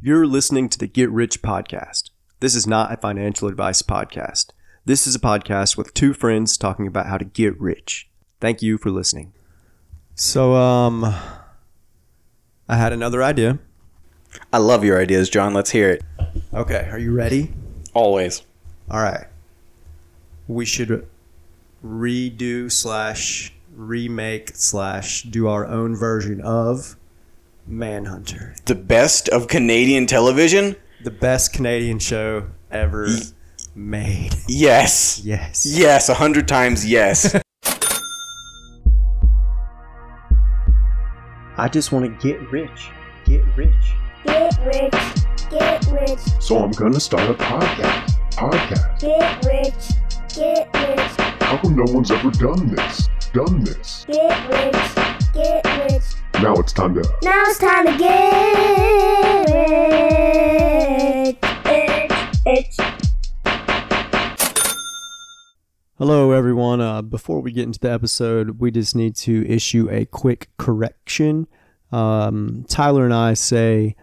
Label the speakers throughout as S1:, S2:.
S1: You're listening to the Get Rich Podcast. This is not a financial advice podcast. This is a podcast with two friends talking about how to get rich. Thank you for listening. So, um, I had another idea.
S2: I love your ideas, John. Let's hear it.
S1: Okay, are you ready?
S2: Always.
S1: All right. We should redo slash remake slash do our own version of Manhunter,
S2: The best of Canadian television?
S1: the best Canadian show ever made.
S2: Yes.
S1: Yes.
S2: Yes, a hundred times yes.
S1: I just want to get rich. Get rich.
S3: Get rich, get rich,
S4: So I'm gonna start a podcast. Podcast.
S3: get rich, get rich,
S4: How come no one's ever done this? Done this.
S3: get rich, get rich.
S4: Now it's time to
S3: Now it's time to get rich. It's,
S1: Hello, everyone. Uh, before we get into the episode, we just need to issue a quick correction. Um, Tyler and I say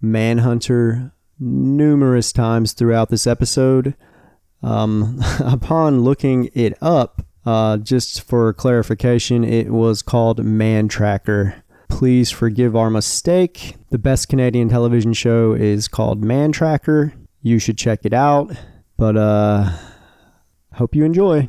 S1: Manhunter numerous times throughout this episode. Um, upon looking it up, uh, just for clarification, it was called Man Tracker. Please forgive our mistake. The best Canadian television show is called Man Tracker. You should check it out. But uh, hope you enjoy.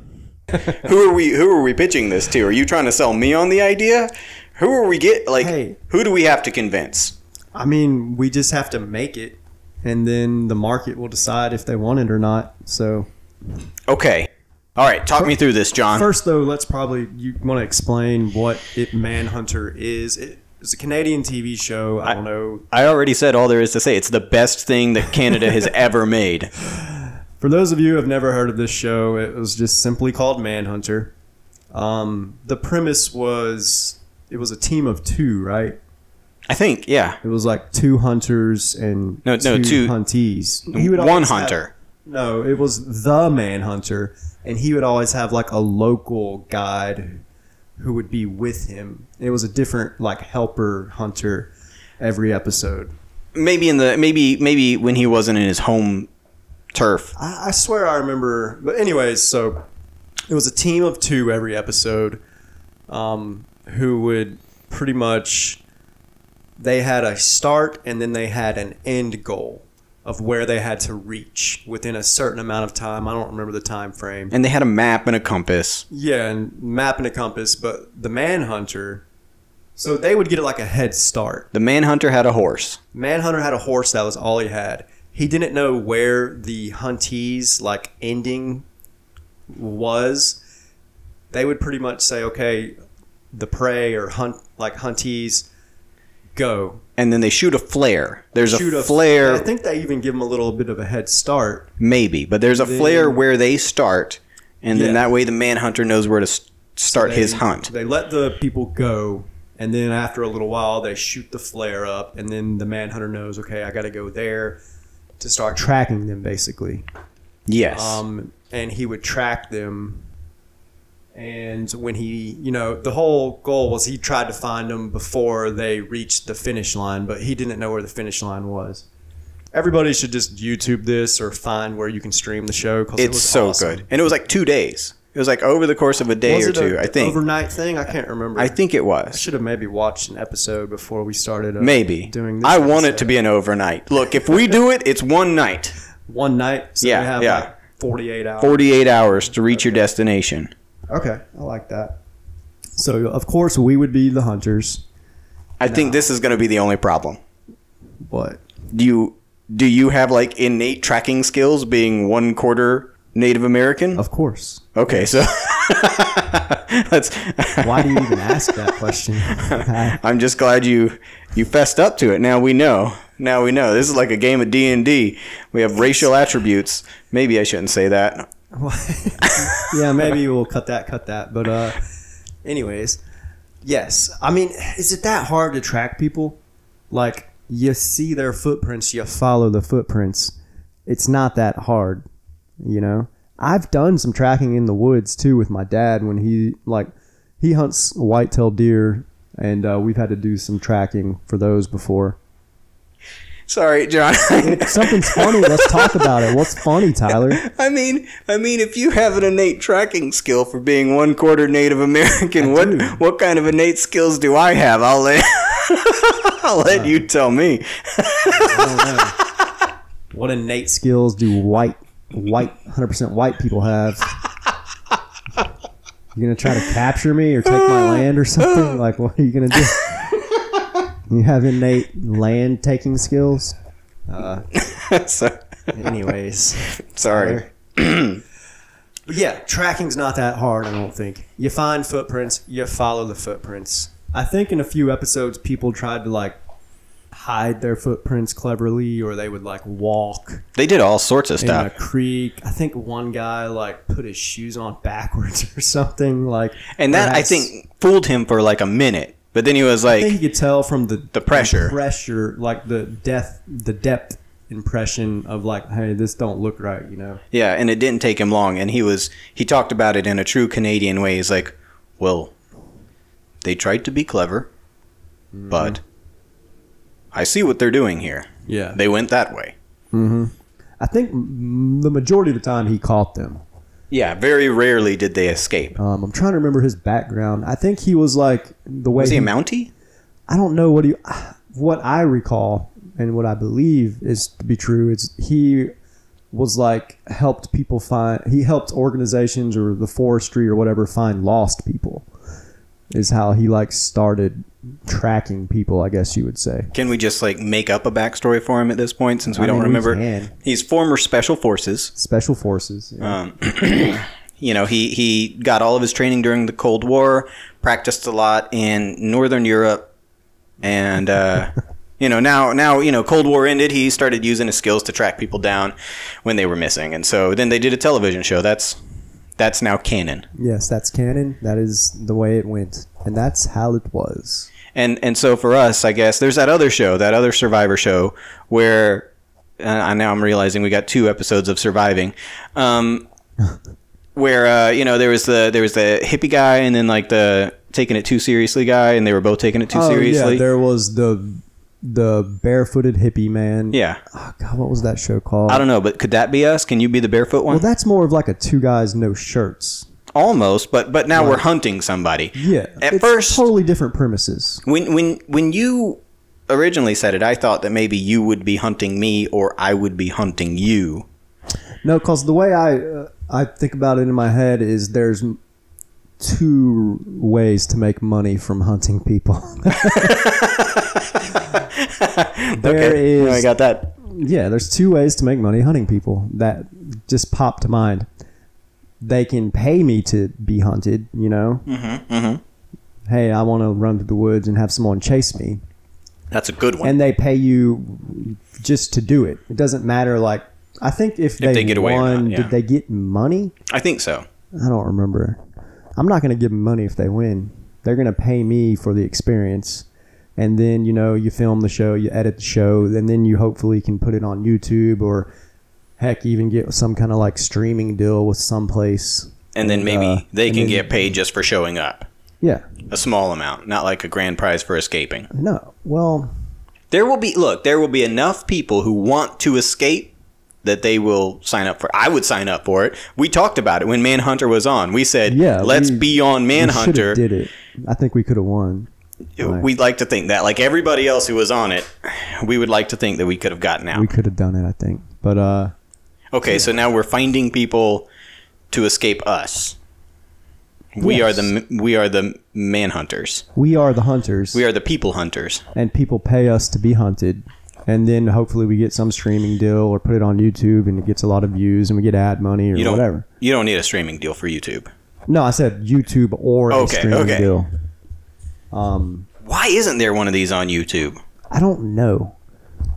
S2: who are we who are we pitching this to? Are you trying to sell me on the idea? Who are we get like
S1: Hey.
S2: who do we have to convince?
S1: I mean, we just have to make it, and then the market will decide if they want it or not. So
S2: Okay. Alright, talk me through this, John.
S1: first, though, let's probably you want to explain what it Manhunter is. It, it's a Canadian TV show. I, don't know.
S2: I already said all there is to say. It's the best thing that Canada has ever made.
S1: For those of you who have never heard of this show, it was just simply called Manhunter. Um, the premise was it was a team of two, right?
S2: I think, yeah.
S1: It was like two hunters and
S2: No, no, two-
S1: huntees.
S2: One
S1: always have-
S2: hunter.
S1: No, it was the manhunter, and he would always have like a local guide who would be with him. It was a different like helper hunter every episode.
S2: Maybe in the maybe maybe when he wasn't in his home turf.
S1: I, I swear I remember, but anyways, so it was a team of two every episode, um, who would pretty much they had a start and then they had an end goal of where they had to reach within a certain amount of time. I don't remember the time frame.
S2: And they had a map and a compass.
S1: Yeah, and map and a compass, but the manhunter. So they would get like a head start.
S2: The manhunter had a horse.
S1: Manhunter had a horse that was all he had. He didn't know where the huntees like ending was. They would pretty much say, "Okay, the prey or hunt like huntees, go
S2: and then they shoot a flare. There's
S1: shoot
S2: a,
S1: a
S2: flare,
S1: I think they even give him a little bit of a head start.
S2: maybe, but there's a flare where they start, and
S1: Yeah.
S2: then that way the manhunter knows where to s- start his
S1: they-
S2: hunt.
S1: They let the people go, and then after a little while, they shoot the flare up, and then the manhunter knows, okay, I got to go there to start tracking them, basically.
S2: Yes,
S1: Um, and he would track them. And when he, you know, the whole goal was he tried to find them before they reached the finish line, but he didn't know where the finish line was. Everybody should just YouTube this or find where you can stream the show because
S2: it's so good, and it was like two days. It was like over the course of a day
S1: Was
S2: or
S1: it
S2: two.
S1: a
S2: I think.
S1: overnight thing? I can't remember.
S2: I think it
S1: I
S2: was.
S1: should have maybe watched an episode before we started. Uh,
S2: Maybe.
S1: doing. This
S2: I want it to be an overnight. Look, if we do it, it's one night,
S1: one night. So
S2: Yeah,
S1: we have
S2: yeah.
S1: Like Forty-eight hours.
S2: 48 hours to reach your destination.
S1: Okay, I like that. So of course we would be the hunters.
S2: I think this is going to be the only problem.
S1: What?
S2: Do you do you have like innate tracking skills being one quarter Native American?
S1: Of course.
S2: Okay, so that's.
S1: Why do you even ask that question?
S2: I'm just glad you you fessed up to it. Now we know. Now we know. This is like a game of D and D. We have racial attributes. Maybe I shouldn't say that.
S1: yeah, maybe we'll cut that. Cut that. But uh, anyways, yes. I mean, is it that hard to track people? Like you see their footprints, you follow the footprints. It's not that hard. you know i've done some tracking in the woods too with my dad when he like he hunts white-tailed deer and uh, we've had to do some tracking for those before
S2: Sorry, John.
S1: Something's funny. Let's talk about it. What's funny, Tyler?
S2: I mean, I mean, if you have an innate tracking skill for being one quarter Native American, what what kind of innate skills do I have? I'll let I'll
S1: Uh,
S2: let you tell me.
S1: What innate skills do white, white, hundred percent white people have? You're gonna try to capture me or take my land or something? Like, what are you gonna do? You have innate land taking skills.
S2: So-
S1: Anyways,
S2: sorry.
S1: But yeah, tracking's not that hard. I don't think you find footprints, you follow the footprints. I think in a few episodes, people tried to like hide their footprints cleverly, or they would like walk
S2: They did all sorts of
S1: in a creek. I think one guy like put his shoes on backwards or something. Like,
S2: and that I
S1: perhaps-
S2: think fooled him for like a minute, but then he was
S1: I think
S2: like,
S1: you could tell from the
S2: The pressure.
S1: pressure, like the depth, the depth impression of like, hey, this don't look right, you know.
S2: yeah, and it didn't take him long, and he was he talked about it in a true Canadian way. He's like, well, they tried to be clever,
S1: Mm-hmm.
S2: but I see what they're doing here.
S1: Yeah,
S2: They went that way.
S1: I think mm, the majority of the time he caught them.
S2: Yeah, very rarely did they escape.
S1: Um, I'm trying to remember his background. I think he was like the way
S2: Was he a Mountie?
S1: I don't know what he, what I recall and what I believe is to be true is he was like helped people find he helped organizations or the forestry or whatever find lost people is how he like started tracking people I guess you would say
S2: Can we just like make up a backstory for him at this point since we
S1: I
S2: don't
S1: mean,
S2: remember?
S1: can.
S2: He's former special forces.
S1: special forces
S2: Uh.
S1: yeah.
S2: Um, You know, he he got all of his training during the Cold War, practiced a lot in Northern Europe, and uh, you know now now you know Cold War ended. He started using his skills to track people down when they were missing, and so then they did a television show. That's that's now canon.
S1: yes that's canon that is the way it went and that's how it was
S2: and and so for us, I guess there's that other show, that other Survivor show, where uh, I now I'm realizing we got two episodes of surviving, um, where uh, you know there was the there was the hippie guy and then like the taking it too seriously guy, and they were both taking it too seriously.
S1: Oh, yeah there was the the barefooted hippie man
S2: yeah,
S1: oh, god what was that show called
S2: I don't know, but could that be us? Can you be the barefoot one?
S1: Well, that's more of like a two guys no shirts.
S2: Almost, but but now we're hunting somebody.
S1: Yeah.
S2: At
S1: it's
S2: first,
S1: totally different premises.
S2: when when when you originally said it, I thought that maybe you would be hunting me or I would be hunting you.
S1: No, because the way I uh, I think about it in my head is there's m- two ways to make money from hunting people. There is
S2: I got that.
S1: yeah, there's two ways to make money hunting people that just pop to mind. They can pay me to be hunted, you know. Mm-hmm, mm-hmm. Hey, I want to run through the woods and have someone chase me.
S2: That's a good one.
S1: and they pay you just to do it. It doesn't matter. Like I think if they,
S2: they get away or
S1: won,
S2: not, yeah.
S1: did they get money?
S2: I think so.
S1: I don't remember. I'm not going to give them money if they win. They're going to pay me for the experience. And then, you know, you film the show, you edit the show, and then you hopefully can put it on YouTube or heck, even get some kind of like streaming deal with someplace.
S2: And then maybe
S1: uh,
S2: they
S1: and
S2: can
S1: then-
S2: get paid just for showing up.
S1: Yeah.
S2: A small amount, not like a grand prize for escaping.
S1: No. Well,
S2: There will be look, there will be enough people who want to escape that they will sign up for. I would sign up for it. We talked about it when Manhunter was on. We said,
S1: yeah.
S2: let's
S1: we-
S2: be on
S1: we shoulda
S2: Manhunter.
S1: did it. I think we could have won.
S2: We'd like to think that like everybody else who was on it, we would like to think that we could have gotten out.
S1: We could have done it, I think. But uh
S2: Okay, so now we're finding people to escape us. We are
S1: Yes.
S2: the we are the manhunters.
S1: we are the hunters
S2: We are the people hunters.
S1: and people pay us to be hunted and then hopefully we get some streaming deal or put it on youtube and it gets a lot of views and we get ad money or
S2: You don't
S1: whatever
S2: you don't need a streaming deal for YouTube.
S1: no i said youtube or a
S2: Okay,
S1: streaming
S2: okay.
S1: deal um
S2: Why isn't there one of these on YouTube?
S1: i don't know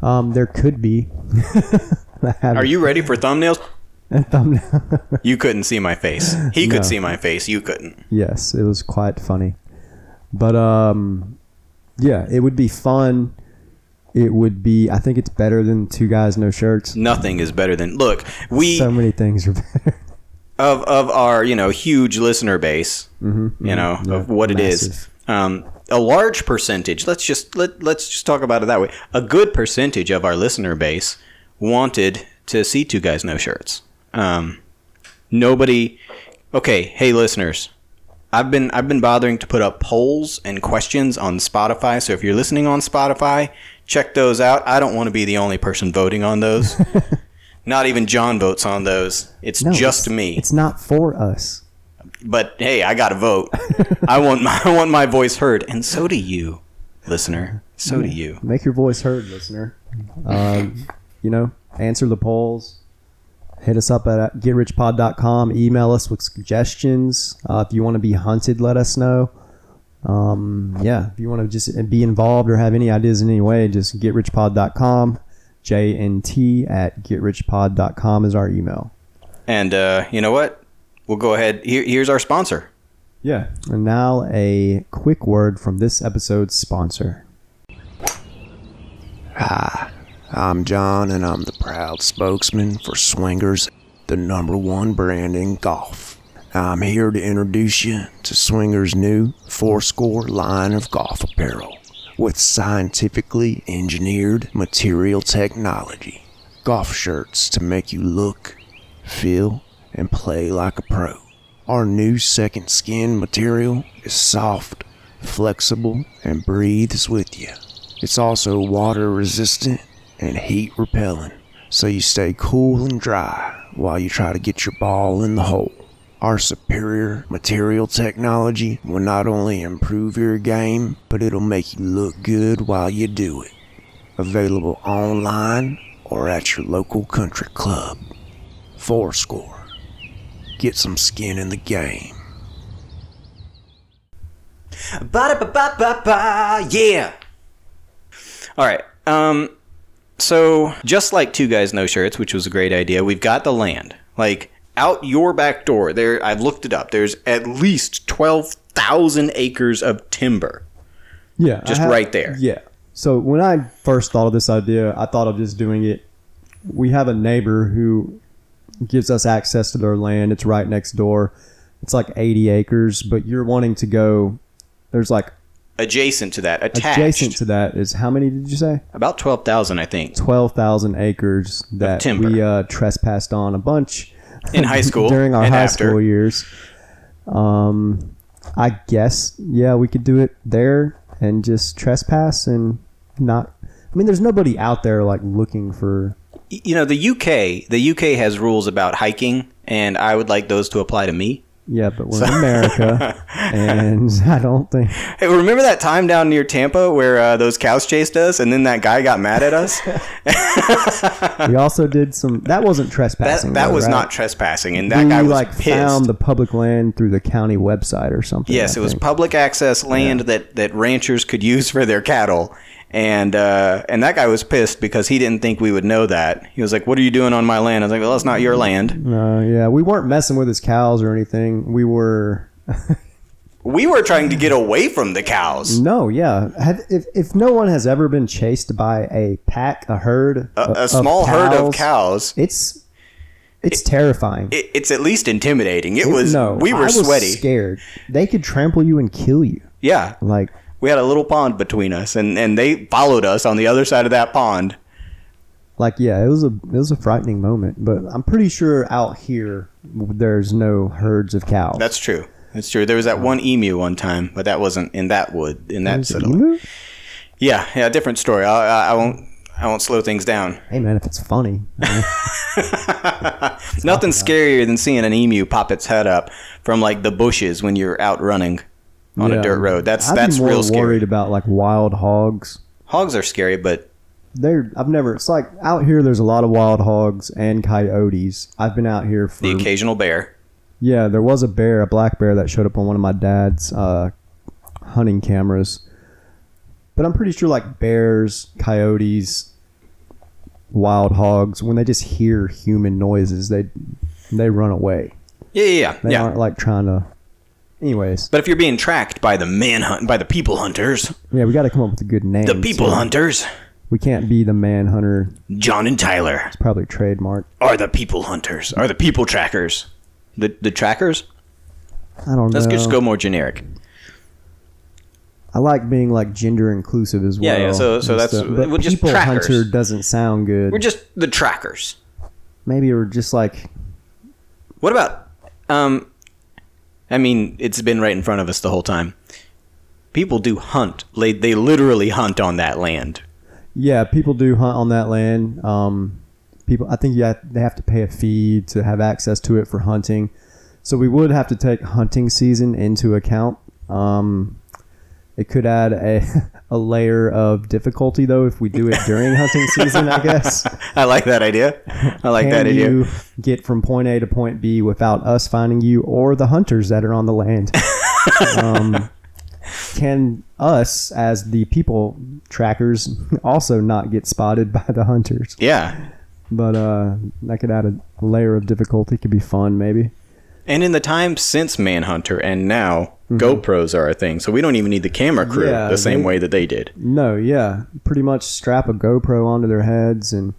S1: um there could be
S2: Are you ready for thumbnails?
S1: thumbnail
S2: You couldn't see my face. He
S1: No.
S2: could see my face. You couldn't.
S1: yes it was quite funny but um yeah it would be fun it would be i think it's better than two guys no shirts
S2: Nothing is better than look. We
S1: so many things are better Mm-hmm.
S2: of of our you know huge listener base. you know of what it is.
S1: massive.
S2: um, a large percentage. Let's just let let's just talk about it that way. A good percentage of our listener base wanted to see two guys no shirts. Um, nobody. Okay, hey listeners, I've been I've been bothering to put up polls and questions on Spotify. So if you're listening on Spotify, check those out. I don't want to be the only person voting on those. Not even John votes on those. It's
S1: No,
S2: just
S1: it's-
S2: me
S1: It's not for us.
S2: but hey, I got to vote. I want my, I want my voice heard, and so do you, listener. So do you.
S1: Make your voice heard, listener. Um, you know, answer the polls. Hit us up at getrichpod.com. Email us with suggestions. Uh, if you want to be hunted, let us know. Um, yeah, if you want to just be involved or have any ideas in any way, just getrichpod.com. JNT at getrichpod.com is our email.
S2: And uh, you know what? We'll go ahead. Here, here's our sponsor.
S1: Yeah. And now a quick word from this episode's sponsor.
S5: I'm John, and I'm the proud spokesman for Swingers, the number one brand in golf. I'm here to introduce you to Swingers' new Fourscore line of golf apparel with scientifically engineered material technology. Golf shirts to make you look, feel, and play like a pro. Our new second skin material is soft, flexible, and breathes with you. It's also water resistant and heat repellent, so you stay cool and dry while you try to get your ball in the hole. Our superior material technology will not only improve your game, but it'll make you look good while you do it. Available online or at your local country club. Fourscore. Get some skin in the game.
S2: Ba-da-ba-ba-ba-ba, yeah. All right. Um, so just like two guys no shirts, which was a great idea, we've got the land like out your back door. There, I've looked it up. There's at least twelve thousand acres of timber.
S1: Yeah.
S2: Just
S1: I
S2: right there.
S1: Yeah. So when I first thought of this idea, I thought of just doing it. We have a neighbor who gives us access to their land. It's right next door. It's like 80 acres, but you're wanting to go. There's like
S2: Adjacent to that, attached,
S1: adjacent to that is how many did you say?
S2: about twelve thousand, I think.
S1: 12,000 acres that
S2: timber.
S1: we uh, trespassed on a bunch
S2: In high school
S1: during our
S2: and
S1: high
S2: after.
S1: school years. Um, I guess yeah, we could do it there and just trespass and not. I mean, there's nobody out there like looking for.
S2: you know the UK the UK has rules about hiking and I would like those to apply to me.
S1: Yeah, but we're in America, and I don't think.
S2: Hey, remember that time down near Tampa where uh, those cows chased us and then that guy got mad at us?
S1: We also did some. That wasn't trespassing.
S2: that that
S1: though,
S2: was
S1: right?
S2: not trespassing and that
S1: we
S2: guy was
S1: like
S2: pissed.
S1: found the public land through the county website or something.
S2: yes,
S1: I
S2: it was
S1: think.
S2: public access land that that ranchers could use for their cattle. And uh, and that guy was pissed because he didn't think we would know that. He was like, "What are you doing on my land?" I was like, "Well, that's not your land."
S1: No, yeah, we weren't messing with his cows or anything. We were
S2: We were trying to get away from the cows.
S1: No, yeah. Have, if, if no one has ever been chased by a pack, a herd,
S2: A, a small herd of cows.
S1: it's it's terrifying.
S2: It, it's at least intimidating. It, was.
S1: no,
S2: we were
S1: I was
S2: sweaty.
S1: scared. They could trample you and kill you.
S2: Yeah,
S1: Like
S2: we had a little pond between us, and, and they followed us on the other side of that pond.
S1: like yeah, it was a it was a frightening moment. But I'm pretty sure out here there's no herds of cows.
S2: That's true. That's true. There was that one emu one time, but that wasn't in that wood in that
S1: Is it
S2: settlement.
S1: emu?
S2: Yeah, yeah, different story. I, I, I won't I won't slow things down.
S1: Hey man, if it's funny,
S2: Nothing scarier than seeing an emu pop its head up from like the bushes when you're out running on
S1: Yeah.
S2: a dirt road. That's
S1: I'd
S2: that's
S1: be more
S2: real
S1: worried
S2: scary.
S1: about like wild hogs.
S2: Hogs are scary, but
S1: They're I've never. It's like out here. There's a lot of wild hogs and coyotes. I've been out here for
S2: the occasional bear.
S1: Yeah, there was a bear, a black bear that showed up on one of my dad's uh, hunting cameras. But I'm pretty sure like bears, coyotes, wild hogs, when they just hear human noises, they they run away.
S2: Yeah, yeah, yeah.
S1: They
S2: yeah.
S1: aren't like trying to. Anyways,
S2: But if you're being tracked by the manhunt, by the people hunters,
S1: yeah, we got to come up with a good name.
S2: the people
S1: so
S2: hunters,
S1: We can't be the manhunter.
S2: John and Tyler.
S1: It's probably trademark.
S2: are the people hunters, are the people trackers. The the trackers?
S1: I don't
S2: Let's
S1: know.
S2: just go more generic.
S1: I like being like gender inclusive as well.
S2: Yeah, yeah, so- so
S1: and
S2: that's-
S1: stuff. but
S2: we're just
S1: people
S2: trackers.
S1: hunter doesn't sound good.
S2: We're just the trackers.
S1: Maybe we're just like
S2: What about? Um, I mean, it's been right in front of us the whole time. People do hunt. They they literally hunt on that land.
S1: yeah, people do hunt on that land. Um, people, I think yeah, they have to pay a fee to have access to it for hunting. So we would have to take hunting season into account. Um, it could add a a layer of difficulty though if we do it during hunting season. I guess.
S2: I like that idea. I like
S1: Can
S2: that idea.
S1: you get from point A to point B without us finding you or the hunters that are on the land? um, can us, as the people trackers, also not get spotted by the hunters?
S2: Yeah.
S1: But uh, that could add a layer of difficulty. Could be fun, maybe.
S2: And in the time since Manhunter and now, GoPros are a thing. So we don't even need the camera crew
S1: Mm-hmm. Yeah,
S2: the same
S1: they-
S2: way that they did.
S1: No, yeah. Pretty much strap a GoPro onto their heads and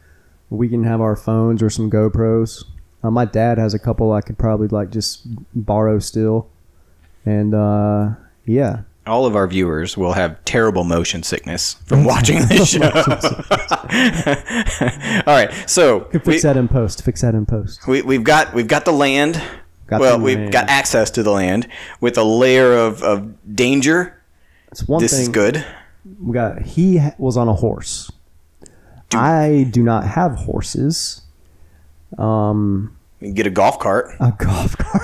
S1: we can have our phones or some GoPros. Uh, my dad has a couple I could probably like just borrow still. And uh, yeah.
S2: All of our viewers will have terrible motion sickness from watching this show. All right. So
S1: Could
S2: we,
S1: fix that in post. Fix that in post.
S2: we, we've got we've got the land.
S1: Got
S2: well,
S1: the
S2: we've
S1: land.
S2: got access to the land with a layer of, of danger.
S1: It's one
S2: this
S1: thing.
S2: is good.
S1: We got he ha- was on a horse. I do not have horses. Um,
S2: We can get a golf cart.
S1: a golf cart.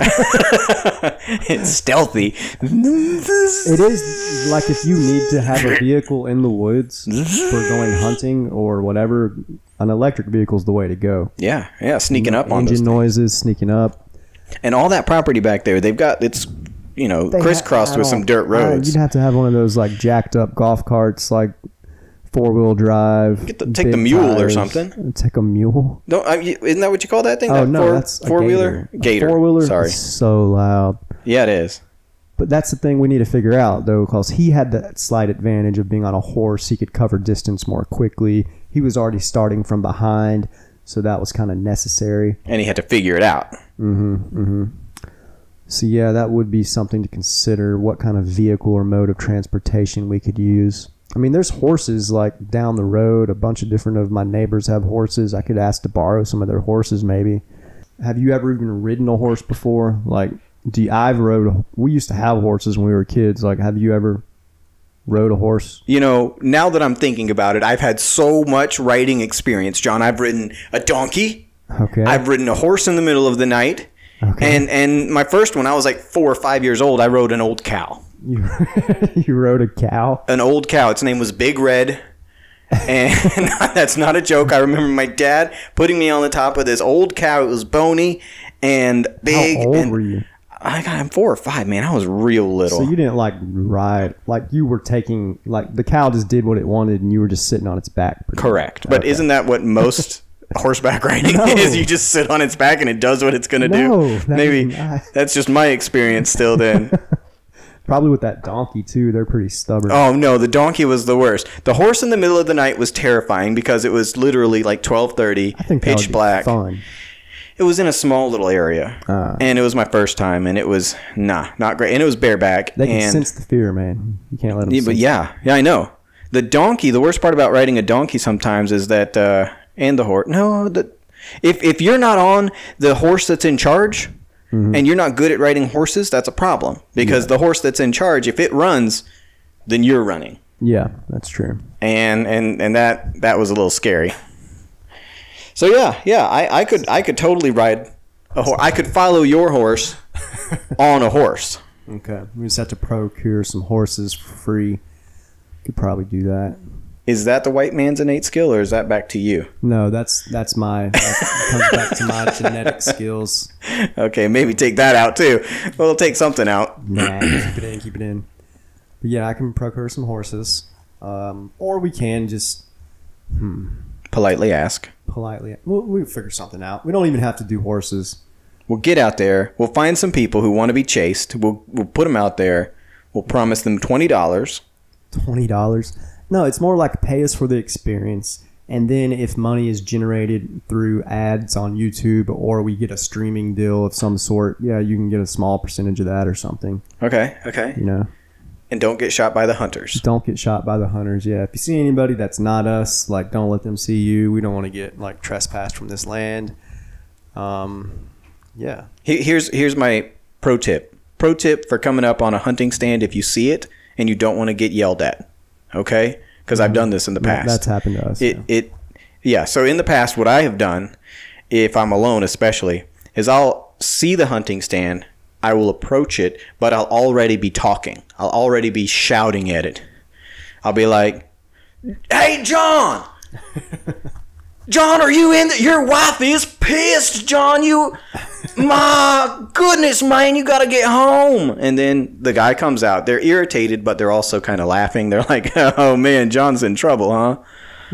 S2: it's stealthy.
S1: It is like if you need to have a vehicle in the woods for going hunting or whatever, an electric vehicle's the way to go.
S2: Yeah, yeah, sneaking up on those
S1: Engine noises, sneaking up.
S2: and all that property back there they've got it's you know
S1: They ha-
S2: crisscrossed
S1: I
S2: with some
S1: don't-
S2: dirt
S1: I-
S2: roads
S1: Uh, You'd have to have one of those like jacked up golf carts, like four wheel drive.
S2: Get the- take the
S1: big
S2: mule or something.
S1: Take a mule.
S2: don't I, you- isn't that what you call that thing
S1: Oh
S2: that
S1: no,
S2: four,
S1: that's a
S2: four-wheeler
S1: gator. A
S2: gator,
S1: Four-wheeler.
S2: sorry
S1: is so loud.
S2: yeah it is
S1: But that's the thing we need to figure out though, because he had that slight advantage of being on a horse. He could cover distance more quickly. He was already starting from behind, so that was kind of necessary.
S2: and he had to figure it out
S1: Mm-hmm, So yeah, that would be something to consider. What kind of vehicle or mode of transportation we could use. I mean, there's horses like down the road. A bunch of different of my neighbors have horses. I could ask to borrow some of their horses, maybe. Have you ever even ridden a horse before? Like, do you, I've rode? a- We used to have horses when we were kids. Like, have you ever rode a horse?
S2: you know now that i'm thinking about it i've had so much riding experience john i've ridden a donkey
S1: Okay.
S2: i've ridden a horse in the middle of the night
S1: Okay.
S2: and and my first one i was like four or five years old i rode an old cow
S1: you, you rode a cow.
S2: an old cow. Its name was Big Red. And that's not a joke. I remember my dad putting me on the top of this old cow. It was bony and big.
S1: How old
S2: and
S1: were you?
S2: I got I'm four or five, man. I was real little.
S1: So you didn't like ride, like you were taking, like the cow just did what it wanted, and you were just sitting on its back. pretty
S2: Correct. But isn't that what most horseback riding is? You just sit on its back and it does what it's going to
S1: No,
S2: do.
S1: that
S2: Maybe
S1: is not-
S2: that's just my experience still then.
S1: much. Probably with that donkey too. They're pretty stubborn.
S2: Oh no, the donkey was the worst. The horse in the middle of the night was terrifying because it was literally like 12:30,
S1: I think that would
S2: pitch
S1: be
S2: black.
S1: Fun. Ah.
S2: It was in a small little area, and it was my first time, and it was nah, not great, and it was bareback.
S1: They can
S2: and,
S1: sense the fear, man. You can't let them.
S2: Yeah, but yeah, yeah, I know. The donkey. The worst part about riding a donkey sometimes is that, uh, and the horse. No, the if if you're not on the horse that's in charge, and you're not good at riding horses, that's a problem because the horse that's in charge, if it runs, then you're running,
S1: yeah, that's true.
S2: and and and that that was a little scary. So yeah, yeah, I, I could I could totally ride a horse. I could follow your horse on a horse.
S1: Okay, we just have to procure some horses for free. Could probably do that.
S2: Is that the white man's innate skill, or is that back to you?
S1: No, that's that's my that comes back to my genetic skills.
S2: Okay, maybe take that out too. We'll take something out.
S1: Nah, keep it in, keep it in. But yeah, I can procure some horses, um, or we can just hmm,
S2: Politely ask.
S1: politely. We'll, we'll figure something out. We don't even have to do horses.
S2: We'll get out there. We'll find some people who want to be chased. We'll we'll put them out there. We'll promise them twenty dollars.
S1: Twenty dollars? No, it's more like pay us for the experience, and then if money is generated through ads on YouTube or we get a streaming deal of some sort, yeah, you can get a small percentage of that or something.
S2: Okay, okay.
S1: You know,
S2: and don't get shot by the hunters.
S1: Don't get shot by the hunters. Yeah, if you see anybody that's not us, like don't let them see you. We don't want to get like trespassed from this land. Um, yeah,
S2: He- Here's here's my pro tip. Pro tip for coming up on a hunting stand if you see it and you don't want to get yelled at. Okay? Because I've done this in the past.
S1: that's happened to us.
S2: it
S1: yeah.
S2: it yeah so in the past what i have done if i'm alone especially is i'll see the hunting stand i will approach it but i'll already be talking i'll already be shouting at it i'll be like hey john john are you in the, your wife is pissed john you my goodness man you gotta get home and then the guy comes out they're irritated but they're also kind of laughing they're like oh man john's in trouble huh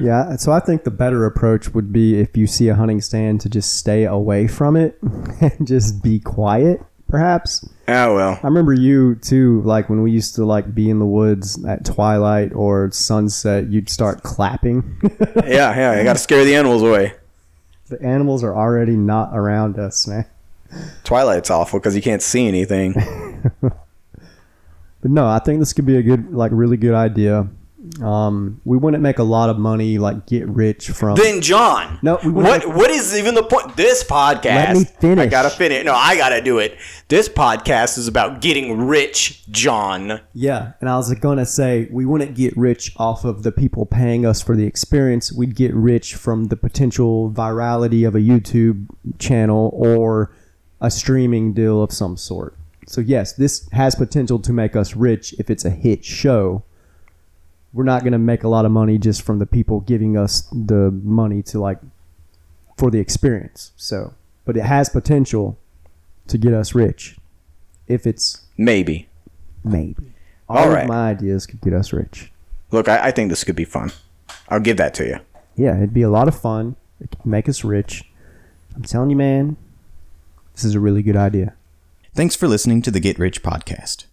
S1: Yeah, so I think the better approach would be if you see a hunting stand to just stay away from it and just be quiet, perhaps.
S2: Oh well.
S1: I remember you too, like when we used to like be in the woods at twilight or sunset, you'd start clapping.
S2: Yeah, yeah. I gotta scare the animals away.
S1: the animals are already not around us, man.
S2: Twilight's awful because you can't see anything.
S1: But no, I think this could be a good, like, really good idea. Um, we wouldn't make a lot of money, like, get rich from.
S2: then John.
S1: No, we wouldn't
S2: what what is even the point? This podcast.
S1: Let me finish.
S2: I gotta finish. No, I gotta do it. This podcast is about getting rich, John.
S1: yeah, and I was gonna say we wouldn't get rich off of the people paying us for the experience. We'd get rich from the potential virality of a YouTube channel or a streaming deal of some sort. So yes, this has potential to make us rich if it's a hit show. We're not gonna make a lot of money just from the people giving us the money to like for the experience. So, but it has potential to get us rich if it's
S2: Maybe.
S1: Maybe.
S2: All
S1: All of
S2: right.
S1: my ideas could get us rich.
S2: Look, I, I think this could be fun. I'll give that to you.
S1: Yeah, it'd be a lot of fun. It could make us rich. I'm telling you, man, this is a really good idea.
S6: Thanks for listening to the Get Rich Podcast.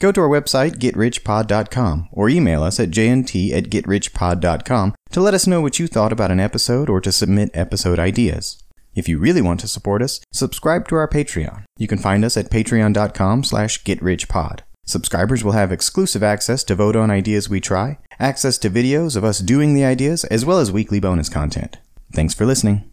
S6: Go to our website, getrichpod.com, or email us at jnt at getrichpod.com to let us know what you thought about an episode or to submit episode ideas. If you really want to support us, subscribe to our Patreon. You can find us at patreon.com slash getrichpod. Subscribers will have exclusive access to vote on ideas we try, access to videos of us doing the ideas, as well as weekly bonus content. Thanks for listening.